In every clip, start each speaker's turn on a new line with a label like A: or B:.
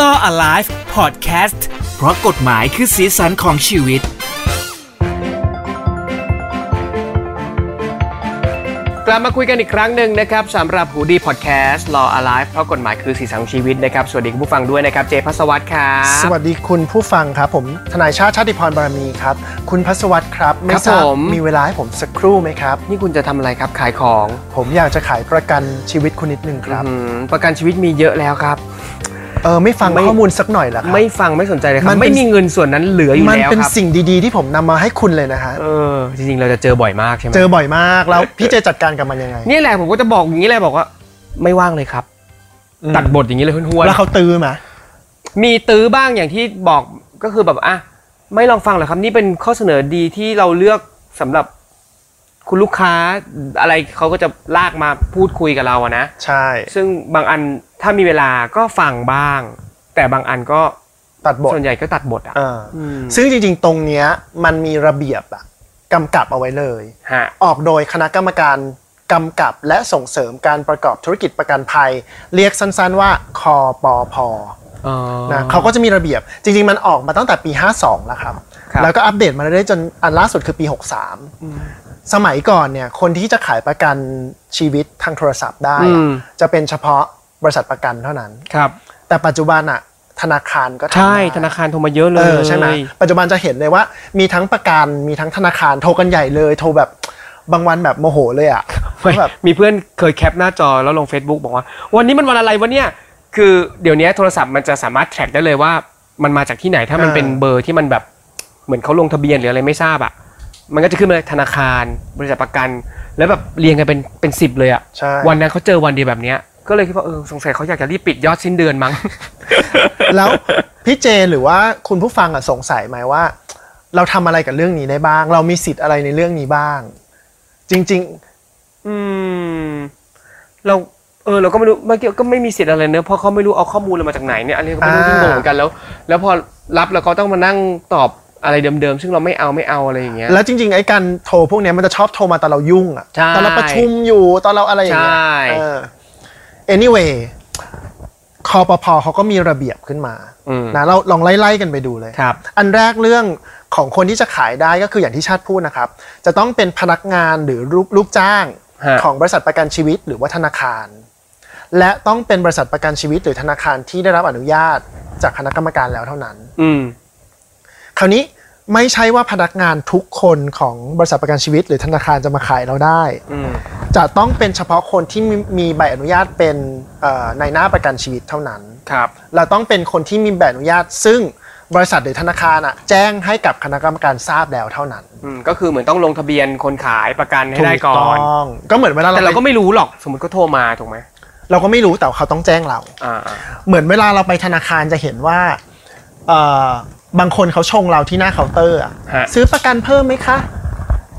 A: Law Alive Podcast เพราะกฎหมายคือสีสันของชีวิต
B: กลับมาคุยกันอีกครั้งหนึ่งนะครับสำหรับหูดีพอดแคสต์ Law Alive เพราะกฎหมายคือสีสันของชีวิตนะครับ สวัสดีคุณผู้ฟังด้วยนะครับ เจพัสวัตรครับ
C: สวัสดีคุณผู้ฟังครับ ผมทนายชาติชาติพรบารมีครับ คุณพัสวัตรครับ ไม่ทราบมีเวลาให้ผมสักครู่ไหมครับ
B: นี่คุณจะทำอะไรครับ ขายของ
C: ผมอยากจะขายประกันชีวิตคุณนิดนึงครับ
B: อืมประกันชีวิตมีเยอะแล้วครับ
C: เออไม่ฟัง
B: ไม่
C: ข้อมูลสักหน่อยเหรอครับ
B: ไม่ฟังไม่สนใจเลยครั
C: มั
B: บ
C: นเป็น
B: ไม่มีเงินส่วนนั้นเหลืออยู่
C: มัน
B: แล้ว
C: เป็น
B: ครับ
C: สิ่งดีๆ ที่ผมนำมาให้คุณเลยนะ ฮะ
B: เออจริงๆ เราจะเจอบ่อยมากใช่ไหม
C: เจอบ่อยมากแล้วพี่เจจัดการกับมันยังไง
B: เนี่ยแหละผมก็จะบอกอย่างนี้เลยบอกว่า ไม่ว่างเลยครับ
C: อืม
B: ตัดบทอย่างนี้เลยห้วน
C: แล้วเขาตื้อมา
B: ๆมีตื้อบ้างอย่างที่บอกก็คือแบบอ่ะไม่ลองฟังเหรอครับ นี่เป็นข้อเสนอดีที่เราเลือกสำหรับคุณลูกค้าอะไรเขาก็จะลากมาพูดคุยกับเราอะนะ
C: ใช่
B: ซึ่งบางอันถ้ามีเวลาก็ฟังบ้าง แต่บางอันก็
C: ตัดบท
B: ส่วนใหญ่ก็ตัดบทอ่ะ
C: อ่า
B: อืม
C: ซึ่งจริงๆ ตรงเนี้ยมันมีระเบียบอะกำกับเอาไว้เลย
B: ฮะ
C: ออกโดยคณะกรรมการกำกับและส่งเสริมการประกอบธุรกิจประกันภัย เรียกสั้นๆว่าคอปอพอนะเขาก็จะมีระเบียบ จริงๆ มันออกมาตั้งแต่ปี 52 แล้วครับ
B: ครับ
C: แล้วก็อัปเดตมาเรื่อยๆจนอันล่าสุดคือปี 63 สมัยก่อนเนี่ยคนที่จะขายประกันชีวิตทางโทรศัพท์ได้
B: อื
C: อะ
B: ม
C: จะเป็นเฉพาะบริษัทประกันเท่านั้น
B: ครับ
C: แต่ปัจจุบันอะธนาคารก็ทำ
B: ใช่
C: ได้
B: ธนาคารโทรมาเยอะเล
C: เอย อใช่ไหมปัจจุบันจะเห็นเลยว่ามีทั้งประกันมีทั้งธนาคารโทรกันใหญ่เลย โทรแบบบางวันแบบโมโหเลยอ่ะ
B: ไม่
C: แบบ
B: มีเพื่อนเคยแคปหน้าจอแล้วลง Facebook บอกว่า วันนี้มันวันอะไรวะเนี่ยคือเดี๋ยวนี้โทรศัพท์มันจะสามารถแทร็กได้เลยว่ามันมาจากที่ไหนถ้ามันเป็นเบอร์ที่มันแบบเหมือนเขาลงทะเบียนหรืออะไรไม่ทราบอ่ะ มันก็จะขึ้นมาเลยธนาคารบริษัทประกัน แล้วแบบเรียงกันเป็นเป็นสิบเลยอ่ะ
C: ใช่
B: วันนั้นเขาเจอวันเดียวแบบเนี้ยก็เลยคิดว่าเออสงสัยเขาอยากจะรีบปิดยอดสิ้นเดือนมั้ง
C: แล้วพี่เจหรือว่าคุณผู้ฟังอ่ะสงสัยไหมว่า เราทำอะไรกับเรื่องนี้ได้บ้าง เรามีสิทธิ์อะไรในเรื่องนี้บ้าง จริง
B: อืมเราเออเราก็ไม่รู้เมื่อกี้ก็ไม่มีสิทธิ์อะไรเนอะเพราะเขาไม่รู้เอาข้อมูลเรามาจากไหนเนี่ยอันนี้ก็ไม่รู้
C: อ่า
B: ที่งงเหมือนกันแล้ว แล้วพอรับแล้วก็ต้องมานั่งตอบอะไรเดิมๆซึ่งเราไม่เอาไม่เอาอะไรอย่างเงี้ย
C: ๆ แล้วจริง ๆ ไอ้การโทรพวกเนี้ยมันจะชอบโทรมาตอนเรายุ่งอ่ะ
B: ใช่
C: ตอนเราประชุมอยู่ตอนเราอะไรอย่างเงี้ย
B: ใช่
C: เออ anyway คอปพเขาก็มีระเบียบขึ้นมา
B: อืม
C: นะเราลองไล่ๆกันไปดูเลย
B: ครับ
C: อันแรกเรื่องของคนที่จะขายได้ก็คืออย่างที่ชาติพูดนะครับ จะต้องเป็นพนักงานหรือลูกลูกจ้าง
B: ฮะ
C: ของบริษัทประกันชีวิตหรือว่าธนาคาร และต้องเป็นบริษัทประกันชีวิตหรือธนาคารที่ได้รับอนุญาตจากคณะกรรมการแล้วเท่านั้น
B: อืม
C: คราวนี้ไม่ใช่ว่าพนักงานทุกคนของบริษัทประกันชีวิต หรือธนาคารจะมาขายเราได้
B: อืม
C: จะต้องเป็นเฉพาะคนที่มีมีใบอนุญาตเป็นเอ่อในหน้าประกันชีวิตเท่านั้น
B: ครับ
C: เราต้องเป็นคนที่มีใบอนุญาต ซึ่งบริษัทหรือธนาคารอ่ะแจ้งให้กับคณะกรรมการทราบแล้วเท่านั้น
B: อืมก็คือเหมือนต้องลงทะเบียนคนขายประกันให้ได้ก่อ
C: ถู
B: น
C: ต้องก็เหมือนเวลา
B: แต่เรา
C: เรา
B: ก็
C: ไป
B: ไม่รู้หรอกสมมติก็โทรมาถูกไหม
C: เราก็ไม่รู้แต่เขาต้องแจ้งเรา
B: อ่า
C: เหมือนเวลาเราไปธนาคารจะเห็นว่าเอ่อบางคนเขาชงเราที่หน้าเคาน์เตอร์อะ
B: ฮะ
C: ซื้อประกันเพิ่มไหมคะ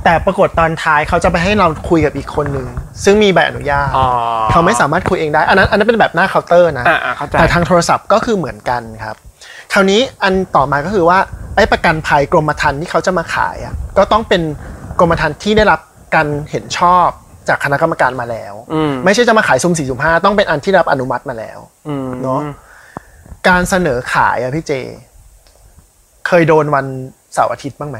C: แต่ปรากฏตอนท้ายเขาจะไปให้เราคุยกับอีกคนนึงซึ่งมีใบอนุญาต
B: อ๋อ
C: เขาไม่สามารถคุยเองได้อันนั้นอันนั้นเป็นแบบหน้าเคาน์เตอร์นะ
B: อ่าอ่าเข้าใจ
C: แต่ทางโทรศัพท์ก็คือเหมือนกันครับ คราวนี้อันต่อมาก็คือว่าไอ้ประกันภัยกรมธรรม์ที่เขาจะมาขายอ่ะก็ต้องเป็นกรมธรรม์ที่ได้รับการเห็นชอบจากคณะกรรมการมาแล้ว
B: อืม
C: ไม่ใช่จะมาขายซุ่มสี่ซุ่มห้าต้องเป็นอันที่ได้รับอนุมัติมาแล้ว
B: อืม
C: เนอะ การเสนอขายอ่ะพี่เจ เคยโดนวันเสาร์อาทิตย์บ้างไหม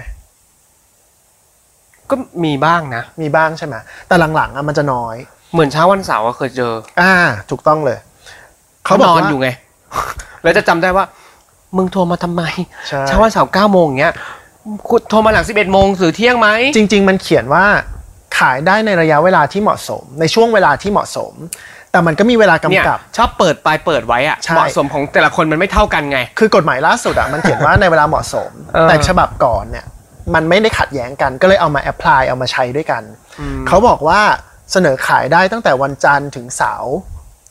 B: ก็มีบ้างนะ
C: มีบ้างใช่ไหมแต่หลังๆอ่ะมันจะน้อย
B: เหมือนเช้าวันเสาร์อะเคยเจอ
C: อ่า ถูกต้องเลย
B: เขานอน
C: ว่
B: อยู่ไง แล้วจะจำได้ว่า มึงโทรมาทำไม
C: ใช่
B: เช้าวันเสาร์เก้าโมงอย่างเงี้ยคุณโทรมาหลังสิบเอ็ดโมงสื่อเที่ยงไหม
C: จริง ๆ มันเขียนว่าขายได้ในระยะเวลาที่เหมาะสม ในช่วงเวลาที่เหมาะสม แต่มันก็มีเวลากำกับ
B: ชอบเปิดปลายเปิดไว้อะ
C: ใช่
B: เหมาะสมของแต่ละคนมันไม่เท่ากันไง
C: คือกฎหมายล่าสุดอ่ะมันเขียนว่าในเวลาเหมาะสม
B: เออ
C: แต่ฉบับก่อนเนี่ยมันไม่ได้ขัดแย้งกันก็เลยเอามาแอพพลายเอามาใช้ด้วยกัน เขาบอกว่าเสนอขายได้ตั้งแต่วันจันทร์ถึงเสาร์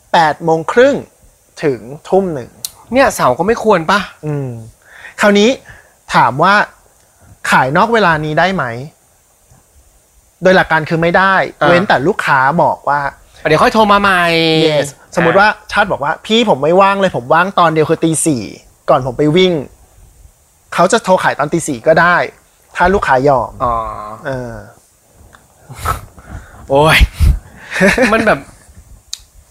C: 8โมงครึ่งถึงทุ่มหนึ่ง
B: เนี่ยเสาร์ก็ไม่ควรปะ
C: อืมคราวนี้ถามว่าขายนอกเวลานี้ได้ไหม โดยหลักการคือไม่ได้ เว้นแต่ลูกค้าบอกว่า
B: เดี๋ยวค่อยโทรมาใหม่
C: yes สมมติว่าชาติบอกว่า พี่ผมไม่ว่างเลยผมว่างตอนเดียวคือตีสี่ก่อนผมไปวิ่ง เขาจะโทรขายตอนตีสี่ก็ได้ ถ้าลูกค้ายอม
B: อ๋อ
C: เออ
B: โอ้ย มันแบบ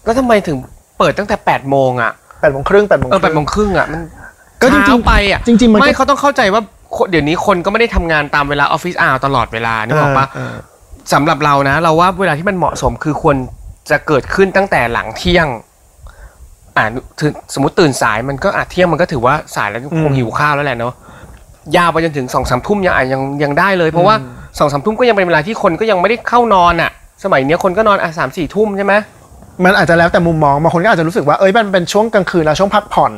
B: แล้วทำไมถึงเปิดตั้งแต่แปดโมงอะ
C: แปดโมงครึ่งแปดโมง
B: เออแปดโมงครึ่งอ่ะมัน
C: ก็จ
B: เช้า
C: ริงๆ
B: ไปอ่ะ
C: จริงๆมัน
B: ไม่
C: ก็
B: เขาต้องเข้าใจว่าคนเดี๋ยวนี้คนก็ไม่ได้ทำงานตามเวลาออฟฟิศอาตลอดเวลานึกออกปะ
C: เอ
B: สำหรับเรานะ เราว่าเวลาที่มันเหมาะสมคือควรจะเกิดขึ้นตั้งแต่หลังเที่ยง อ่าถึงสมมติตื่นสายมันก็อาจเที่ยงมันก็ถือว่าสายแล้วคงหิวข้าวแล้วแหละเนาะยาวไปจนถึงสองสามทุ่มยังอ่ะยังยังได้เลย เพราะว่าสองสามทุ่มก็ยังเป็นเวลาที่คนก็ยังไม่ได้เข้านอนอ่ะ สมัยเนี้ยคนก็นอนอ่ะสามสี่ทุ่มใช่ไหม
C: มันอาจจะแล้วแต่มุมมองบางคนก็อาจจะรู้สึกว่าเอ้ยมันเป็นช่วงกลางคืนแล้วช่วงพักผ่อน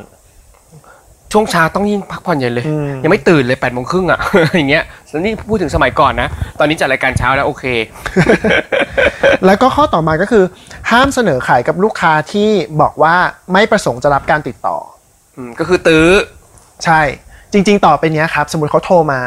B: ช่วงเช้าต้องยิ่งพักผ่อนใหญ่เลย
C: อืม
B: ยังไม่ตื่นเลยแปดโมงครึ่งอ่ะ อย่างเงี้ยแล้วนี่พูดถึงสมัยก่อนนะตอนนี้จัดรายการเช้าแล้วโอเค
C: แล้วก็ข้อต่อมาก็คือ ห้ามเสนอขายกับลูกค้าที่บอกว่าไม่ประสงค์จะรับการติดต่อ
B: อืมก็คือตื้อ
C: ใช่ จริง ๆ ต่อไปเนี้ยครับ สมมติเขาโทรมา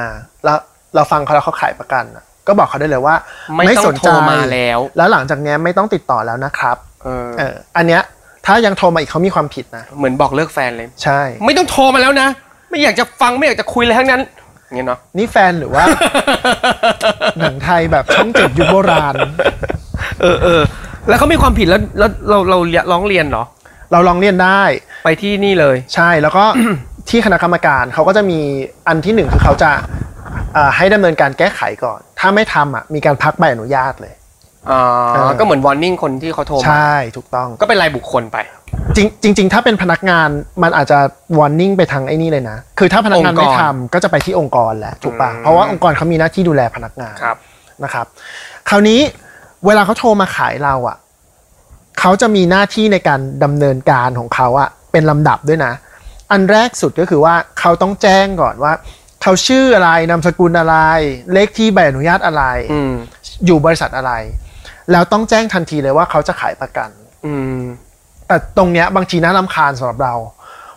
C: แล้วเราฟังเขาแล้วเขาขายประกันน่ะก็บอกเขาได้เลยว่า
B: ไม่ต้องโทรมาแล้ว
C: แล้วหลังจากเนี้ยไม่ต้องติดต่อแล้วนะครับ
B: เออ
C: เอออันเนี้ยถ้ายังโทรมาอีกเขามีความผิดนะ
B: เหมือนบอกเลิกแฟนเลย
C: ใช่
B: ไม่ต้องโทรมาแล้วนะ ไม่อยากจะฟังไม่อยากจะคุยอะไรทั้งนั้นอย่างเงี้ย เนาะ
C: นี่แฟนหรือว่า หนังไทยแบบช่องเจ็ดยุคโบราณ
B: เออเออแล้วเขามีความผิดแล้วแล้วเราเราเราร้องเรียนเหรอ
C: เราลองเรียนได้
B: ไปที่นี่เลย
C: ใช่แล้วก็ ที่คณะกรรมการเขาก็จะมีอันที่หนึ่งคือเขาจะอ่าให้ดำเนินการแก้ไขก่อน ถ้าไม่ทำอ่ะมีการพักใบอนุญาตเลย
B: อ่
C: เออ
B: า ก็เหมือนวอร์นิ่งคนที่เขาโทรมา
C: ใช่ถูกต้อง
B: ก็เป็นรายบุคคลไป
C: จริงจริง ๆ ถ้าเป็นพนักงานมันอาจจะ warning ไปทางไอ้นี่เลยนะ คือถ้าพนักงา
B: อ
C: น
B: งค์กร
C: ไม่ทำก็จะไปที่องค์กรแหละถูกปะ
B: อืม
C: เพราะว่าองค์กรเขามีหน้าที่ดูแลพนักงาน
B: ครับ
C: นะครับ คราวนี้เวลาเขาโทรมาขายเราอ่ะเขาจะมีหน้าที่ในการดำเนินการของเขาอ่ะเป็นลำดับด้วยนะ อันแรกสุดก็คือว่าเขาต้องแจ้งก่อนว่าเขาชื่ออะไรนามสกุลอะไร เลขที่ใบอนุญาตอะไร
B: อืม
C: อยู่บริษัทอะไร แล้วต้องแจ้งทันทีเลยว่าเขาจะขายประกัน
B: อืม
C: แต่ตรงเนี้ยบางทีน่ารำคาญสำหรับเรา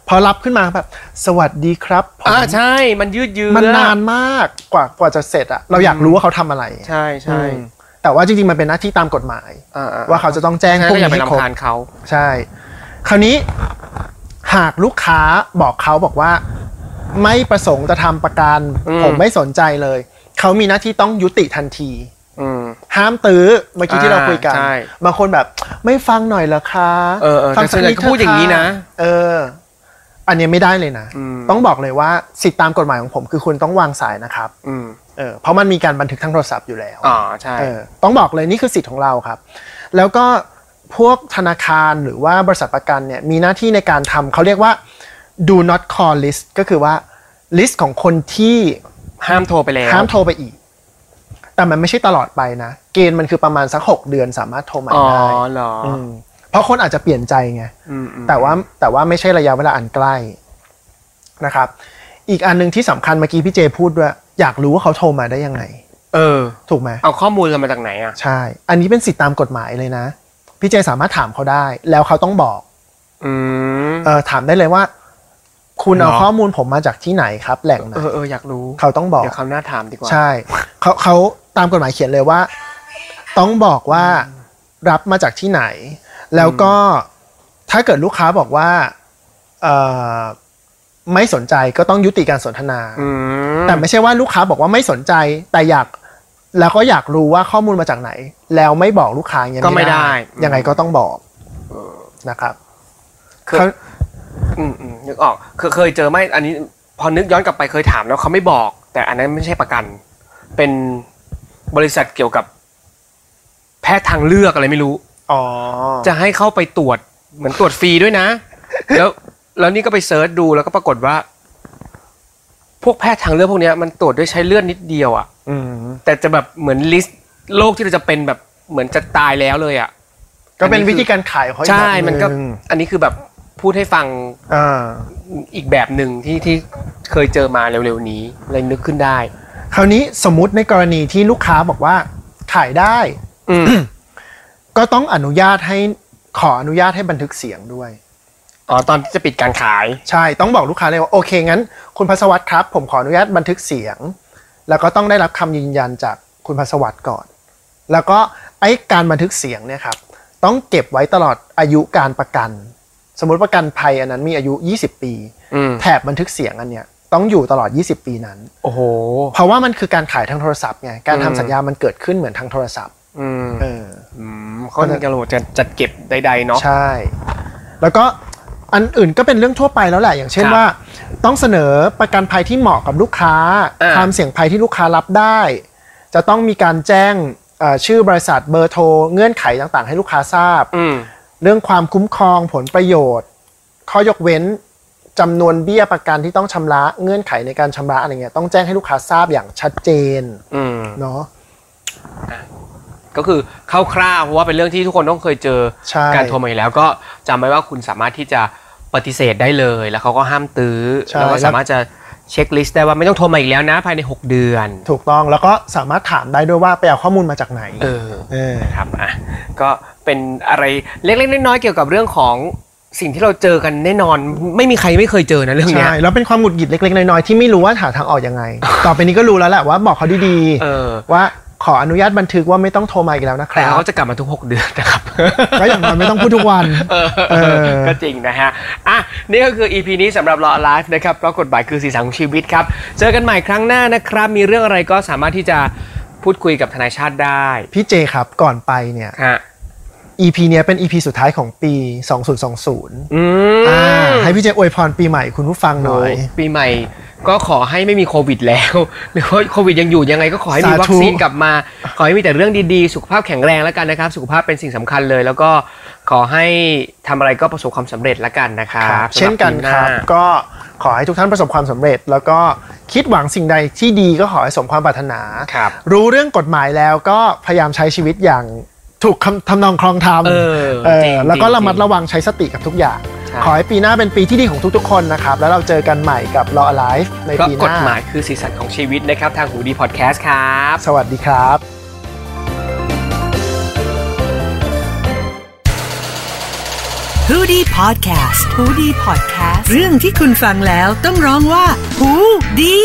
C: พอรับขึ้นมาแบบ สวัสดีครับผม
B: อ่าใช่ มันยืดเยื้อ
C: มันนานมากกว่ากว่าจะเสร็จอะเราอยากรู้ว่าเขาทำอะไร
B: ใช่ใช่
C: อืมแต่ว่าจริงๆ มันเป็นหน้าที่ตามกฎหมาย
B: อ่อ่
C: ว่าเขาจะต้องแจ้ง
B: ใช่
C: พวก
B: ก็อย่า
C: นี้
B: ไป
C: ให้ครบ
B: รำคาญเขา
C: ใช่ คราวนี้หากลูกค้าบอกเขาบอกว่า ไม่ประสงค์จะทำประกัน ผมไม่สนใจเลย เขามีหน้าที่ต้องยุติทันที
B: อืม
C: ห้ามตื้อเมื่อกี้ที่เราคุยกัน
B: อ่าใช่
C: บางคนแบบไม่ฟังหน่อยเหรอคะ
B: เออเออ
C: ฟั
B: แต่ส่วนใหญ่ก็พูดอย่างนี้นะ
C: เออ อันเนี้ยไม่ได้เลยนะ
B: อืม
C: ต้องบอกเลยว่าสิทธิตามกฎหมายของผมคือคุณต้องวางสายนะครับ
B: อืม
C: เออเพราะมันมีการบันทึกทางโทรศัพท์อยู่แล้ว
B: อ่าใช่
C: เออต้องบอกเลยนี่คือสิทธิ์ของเราครับ แล้วก็พวกธนาคารหรือว่าบริษัทประกันเนี่ยมีหน้าที่ในการทำเขาเรียกว่า do not call list ก็คือว่าลิสต์ของคนที่
B: ห้ามโทรไปแล้ว
C: ห้ามโทรไปอีก แต่มันไม่ใช่ตลอดไปนะ เกณฑ์มันคือประมาณสักหกเดือนสามารถโทรใหม่
B: อ๋อ
C: ได้
B: เหรออ
C: มเพราะคนอาจจะเปลี่ยนใจไง
B: อืมอืม
C: แต่ว่าแต่ว่าไม่ใช่ระยะเวลาอันใกล้นะครับ อีกอันหนึ่งที่สำคัญเมื่อกี้พี่เจพูดด้วย อยากรู้ว่าเขาโทรมาได้ยังไง
B: เออ
C: ถูกไหม
B: เอาข้อมูลเรามาจากไหนอ่ะ
C: ใช่ อันนี้เป็นสิทธิตามกฎหมายเลยนะ พี่เจสามารถถามเขาได้ แล้วเขาต้องบอก
B: อืม
C: เออถามได้เลยว่า คุณเอา
B: เหรอ
C: ข้อมูลผมมาจากที่ไหนครับ แหล่งไหน
B: เออเอออยากรู้
C: เขาต้องบอก
B: เดี๋ยวคราวหน้าถามดีกว่า
C: ใช่เขาเขาตามกฎหมายเขียนเลยว่า ต้องบอกว่ารับมาจากที่ไหน แล้วก็ถ้าเกิดลูกค้าบอกว่าเอ่อไม่สนใจก็ต้องยุติการสนทนา
B: อืม
C: แต่ไม่ใช่ว่าลูกค้าบอกว่าไม่สนใจ แต่อยากแล้วก็อยากรู้ว่าข้อมูลมาจากไหน แล้วไม่บอกลูกค้าอย่างเงี้ย
B: ก็ไม่ได้
C: ยังไงก็ต้องบอกนะครับ
B: เคย
C: เขา
B: อืมอืมนึกออกเคยเคยเจอไหมอันนี้พอนึกย้อนกลับไปเคยถามแล้วเขาไม่บอก แต่อันนั้นไม่ใช่ประกัน เป็นบริษัทเกี่ยวกับ แพทย์ทางเลือกอะไรไม่รู้
C: อ๋อ
B: จะให้เข้าไปตรวจเหมือนตรวจฟรีด้วยนะ แล้วแล้วนี่ก็ไปเซิร์ชดูแล้วก็ปรากฏว่า พวกแพทย์ทางเลือกพวกเนี้ยมันตรวจด้วยใช้เลือดนิดเดียวอะ
C: อืม
B: แต่จะแบบเหมือนลิสต์โรคที่เราจะเป็นแบบเหมือนจะตายแล้วเลยอะ
C: ก็เป็นวิธีการขายของเขาอีก
B: ใช่
C: แบบ
B: มันก็
C: หง
B: อันนี้คือแบบพูดให้ฟัง
C: อ่า
B: อีกแบบหนึ่งที่ที่เคยเจอมาเร็วๆนี้เลยนึกขึ้นได้
C: คราวนี้สมมติในกรณีที่ลูกค้าบอกว่าขายได้
B: อืม
C: ก็ต้องอนุญาตให้ขออนุญาตให้บันทึกเสียงด้วย
B: อ๋อ ตอนที่จะปิดการขาย
C: ใช่ต้องบอกลูกค้าเลยว่าโอเคงั้น คุณพัสวัตรครับ ผมขออนุญาตบันทึกเสียง แล้วก็ต้องได้รับคำยืนยันจากคุณพัสวัตรก่อน แล้วก็ไอ้การบันทึกเสียงเนี่ยครับต้องเก็บไว้ตลอดอายุการประกัน สมมติประกันภัยอันนั้นมีอายุ 20 ปี
B: อืม
C: แถบบันทึกเสียงอันเนี้ยต้องอยู่ตลอด 20 ปีนั้น
B: โอ้โห
C: เพราะว่ามันคือการขายทางโทรศัพท์ไงการทำ
B: อืม
C: สัญญามันเกิดขึ้นเหมือนทางโทรศัพท์
B: อืม
C: เออ
B: อืมเขาจะจะจัดเก็บใดๆเนาะ
C: ใช่ แล้วก็ อันอื่นก็เป็นเรื่องทั่วไปแล้วแหละ อย่างเช่น
B: ครับ
C: ว่า ต้องเสนอประกันภัยที่เหมาะกับลูกค้า
B: อ่า
C: ความเสี่ยงภัยที่ลูกค้ารับได้ จะต้องมีการแจ้งเอ่อชื่อบริษัทเบอร์โทรเงื่อนไขต่างๆ ให้ลูกค้าทราบ
B: อืม
C: เรื่องความคุ้มครองผลประโยชน์ ข้อยกเว้นจำนวนเบี้ยประกันที่ต้องชำระเงื่อนไขในการชำระอะไรเงี้ยต้องแจ้งให้ลูกค้าทราบอย่างชัดเจน
B: อืม
C: เนาะ
B: ก็คือคร่าวๆเพราะว่าเป็นเรื่องที่ทุกคนต้องเคยเจอ
C: ใช่
B: การโทรมาอยู่แล้วก็จำไว้ว่าคุณสามารถที่จะปฏิเสธได้เลย แล้วเขาก็ห้ามตื้อแล้วก็สามารถจะเช็คลิสต์ได้ว่าไม่ต้องโทรมาอีกแล้วนะภายใน 6 เดือน
C: ถูกต้องแล้วก็สามารถถามได้ด้วยว่าไปเอาข้อมูลมาจากไหน
B: เออ
C: เออ
B: ครับอ่ะก็เป็นอะไรเล็กๆน้อยๆเกี่ยวกับเรื่องของสิ่งที่เราเจอกันแน่นอนไม่มีใครไม่เคยเจอนะเรื่องเนี้ย
C: ใช่แล้วเป็นความหงุดหงิดเล็กๆ น้อยๆที่ไม่รู้ว่าหาทางออกยังไง ต่อไปนี้ก็รู้แล้วแหละว่าบอกเขาดี
B: เออ
C: ๆว่าขออนุญาตบันทึกว่าไม่ต้องโทรมาอีกแล้วนะค
B: แต่
C: รับ
B: เขาจะกลับมาทุก 6 เดือนนะครับ
C: ก็อย่างน้อยไม่ต้องพูดทุกวัน เออ
B: ก็จริงนะฮะ อ่ะ นี่ก็คือ EP นี้สำหรับรอไลฟ์นะครับ เพราะกฎหมายคือสีสันของชีวิตครับ เจอกันใหม่ครั้งหน้านะครับ มีเรื่องอะไรก็สามารถที่จะพูดคุยกับทนายชาติได้
C: พี่เจครับก่อนไปเนี่ย
B: ฮะ
C: EP เนี้ยเป็น EP สุดท้ายของปี 2020
B: อืม
C: อ่าให้พี่เจอวยพรปีใหม่คุณผู้ฟังหน่อย
B: ปีใหม่ก็ขอให้ไม่มีโควิดแล้ว หรือว่าโควิดยังอยู่ยังไงก็ขอให้มี
C: สาธุ
B: วัคซีนกลับมา ขอให้มีแต่เรื่องดีๆ สุขภาพแข็งแรงแล้วกันนะครับ สุขภาพเป็นสิ่งสำคัญเลย แล้วก็ขอให้ทำอะไรก็ประสบความสำเร็จแล้วกันนะครับ
C: ครับ
B: สำหรับ
C: เช่นกัน
B: ปีห
C: ครับ
B: า
C: ก็ขอให้ทุกท่านประสบความสำเร็จ แล้วก็คิดหวังสิ่งใดที่ดีก็ขอให้สมความปรารถนา
B: ครับ
C: รู้เรื่องกฎหมายแล้วก็พยายามใช้ชีวิตอย่างถูกคำทำนองครองธรรม
B: เออ
C: เออ
B: จริง
C: แล้วก็
B: จริง
C: ระมัดระวังใช้สติกับทุกอย่าง
B: ใช่
C: ขอให้ปีหน้าเป็นปีที่ดีของทุกๆคนนะครับ แล้วเราเจอกันใหม่กับ Law Alive ใน
B: ก็
C: ปีห
B: กฎ
C: น้า
B: หมายคือสีสันของชีวิตนะครับ ทางหูดีพอดแคสต์ครับ
C: สวัสดีครับ
D: h o ดี้พอดแคสต์ฮูดี้พอดแคสต์เรื่องที่คุณฟังแล้วต้องร้องว่าฮูดี